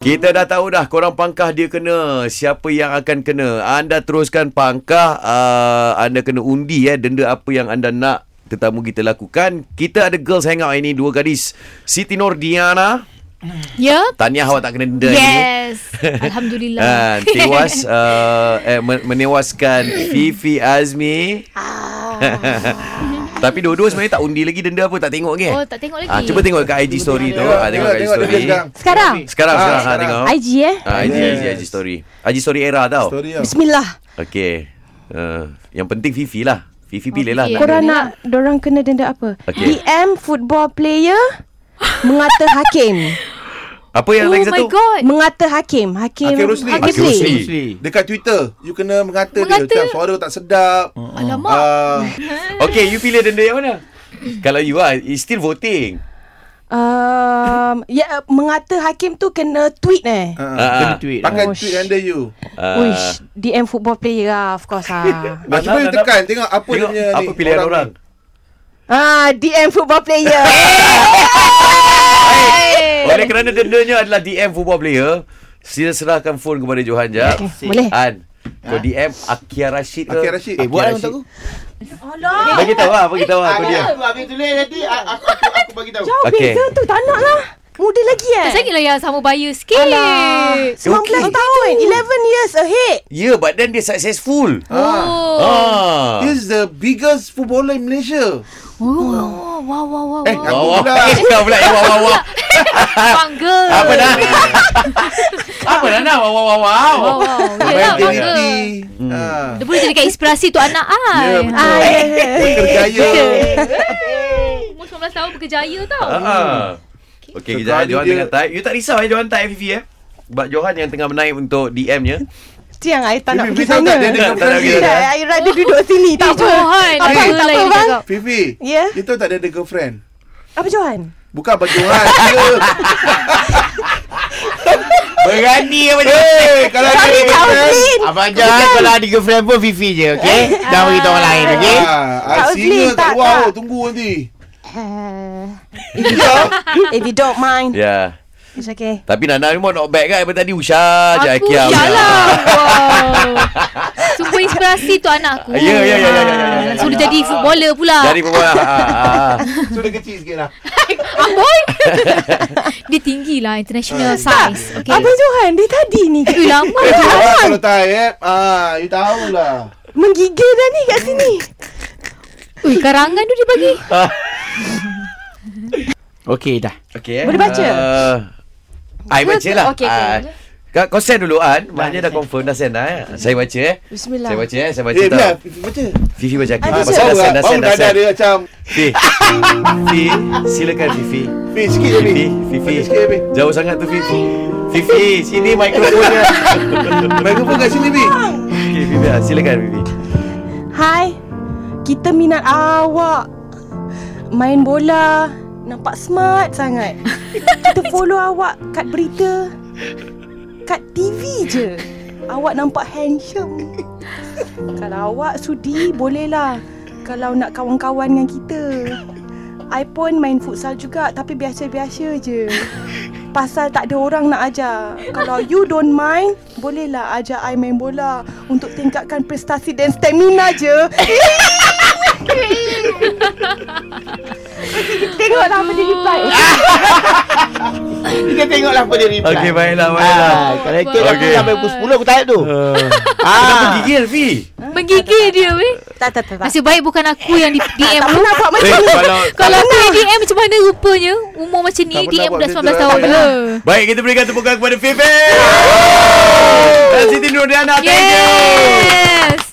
Kita dah tahu dah korang pangkah dia kena Siapa yang akan kena Anda teruskan pangkah uh, Anda kena undi ya eh, Denda apa yang anda nak Tetamu kita lakukan Kita ada girls hangout ini Dua gadis Siti Nordiana Ya. Tahniah awak tak kena denda Yes. ini Alhamdulillah. uh, Tewas uh, eh, men- Menewaskan Fifi Azmi Tapi dua-dua sebenarnya tak undi lagi Denda apa tak tengok lagi eh? Ah. Oh, tak tengok lagi. Ah, Cuba tengok kat IG story tu ah, Tengok kat IG tengok story dia sekarang. Sekarang Sekarang sekarang Ah, ha, sekarang. tengok IG eh Ah, IG, IG, IG story. IG story era tau. Story tau. Bismillah Okey. Uh, yang penting Fifi lah. Fifi pilih lah. Oh, Fifi. nak- Korang nak Dorang kena denda apa Okey. DM football player Mengata hakim Apa yang Oh lagi my satu? god. Mengata hakim Hakim Hakim Rosli. Hakim Hakim Rosli. Rosli. Dekat Twitter You kena mengata, Mengata. dia Macam suara tak sedap Oh, Alamak. Ah, Okey, you pilih denda yang mana? Kalau you ah, it's still voting. um, ya, Mengata hakim tu kena tweet eh Ah, ah. ah. tweet. Pakai Oh, tweet sh- under you Ah. Uish DM football player lah Of course lah Nah, cuba nak- you nak- tekan Tengok apa dia Tengok punya apa ni, pilihan orang. ni. Ah, DM football player Oleh kerana dendanya adalah DM football player, sila serahkan phone kepada Johan jap. Okay, Boleh An, kau DM Akia Rashid ke? Akhir Ha? Rashid Eh, buat lah untuk aku. Bagi tahu ah, bagi tahu ah, kau dia. Habis tulis nanti a- aku aku, aku bagi tahu. Jauh Okey. beza tu Tak nak lah Muda lagi eh Tak sakitlah lah yang sama buyer sikit. Alah 19 Okey. tahun 11 years ahead Ya, yeah, but then dia successful. Oh. Ah. He's the biggest footballer in Malaysia Oh. Wow, wow, wow. Eh, wow. aku Wah, wah, pula eh, kau pula, eh, wah, wah, wah. Bangga. Apa dah? Apa dah nak? Wow, wow, wow, wow. Wow, wow. Yelah, Main bangga. agility Hmm. Ah. Dia boleh jadikan inspirasi untuk anak ai. Ya, Ah, betul. Berkerjaya Ya. Umur 19 tahun berkejaya tau. Ah. Okay, So, kejap. eh. kali Johan dia- tengah type. You tak risau eh, Johan type FV eh. Sebab Johan yang tengah menaik untuk DM-nya. Itu yang I tak nak Fifi pergi tahu sana. tak dia dengan Tak nak pergi girlfriend sana. Tak, I rather duduk sini. Eh, Tak apa. Johan. Tak apa, Eh, tak apa, lagi bang. cakap. Fifi Ya. You tahu tak dia ada girlfriend Apa Johan? Bukan baju orang dia. Berani apa dia? Eh, Kalau ada Kami tak Uzin. Abang Johan kalau ada girlfriend pun Fifi je, okey? Jangan bagi orang lain, okey? Tak, Ah, ah, Uzlin, singa tak, kat luar tak. oh, tunggu nanti. Eh, If you don't mind. Ya. Yeah. It's okay. Tapi Nana ni mau not bad kan daripada tadi Usha je Aku lah. Aikia. jalan. Wow. Sumber inspirasi tu anak aku. Ya, ya, ya, ya, ya, ya, ya, ya, Langsung dia ya. jadi footballer pula. Dari bawah. ah, ah, ah. So dia kecil sikit lah. Amboi. Ah, dia tinggi lah Ah, international size. Okay. Apa Johan? Dia tadi ni. Eh, lama. Eh, ah, kalau tak eh. Ah, you tahulah. Menggigil dah ni kat sini. Ui, karangan tu dia bagi. Okey dah. Okey. eh. Boleh baca? Uh, I baca lah. Okey, okey. Ah, Kau, kau send dulu An Maknya dah confirm Dah send lah eh. Saya baca eh Bismillah. Saya baca eh Saya baca Eh, biar. tau Baca. Fifi baca aku Ah, baca. Pasal baru dah lah. send Dah Baru send Dah dadah send dia macam. Fifi Fifi Silakan Fifi Fifi sikit Fifi je, Fifi. Fifi Baca sikit, Fifi. Jauh sangat tu Fifi Fifi Sini mikrofonnya Mikrofon kat sini, Fifi. Okey Fifi ah, Silakan Fifi Hai. Kita minat awak. Main bola. Nampak smart sangat. Kita follow awak kat berita. Kat TV je. Awak nampak handsome. Kalau awak sudi, bolehlah. Kalau nak kawan-kawan dengan kita. I pun main futsal juga tapi biasa-biasa je. Pasal tak ada orang nak ajar. Kalau you don't mind, bolehlah ajar I main bola untuk tingkatkan prestasi dan stamina je. Tengoklah apa dia reply. Kita tengoklah apa dia reply. Okey baiklah Baiklah Ah, kalau itu aku Okey. sampai pukul 10 aku tarik tu. Kenapa Ah. gigil Fi? Menggigil dia weh. Tak tak tak. tak. Nasib baik bukan aku yang di DM Tak lu. pernah Eh, buat macam ni. kalau Eh, Kalau aku yang DM macam mana rupanya Umur macam ni Tak pernah DM buat dah macam 19 tu, tahun Abang. pula Baik kita berikan tepukan kepada Fifi Dan Siti Nurdiana Thank you Yes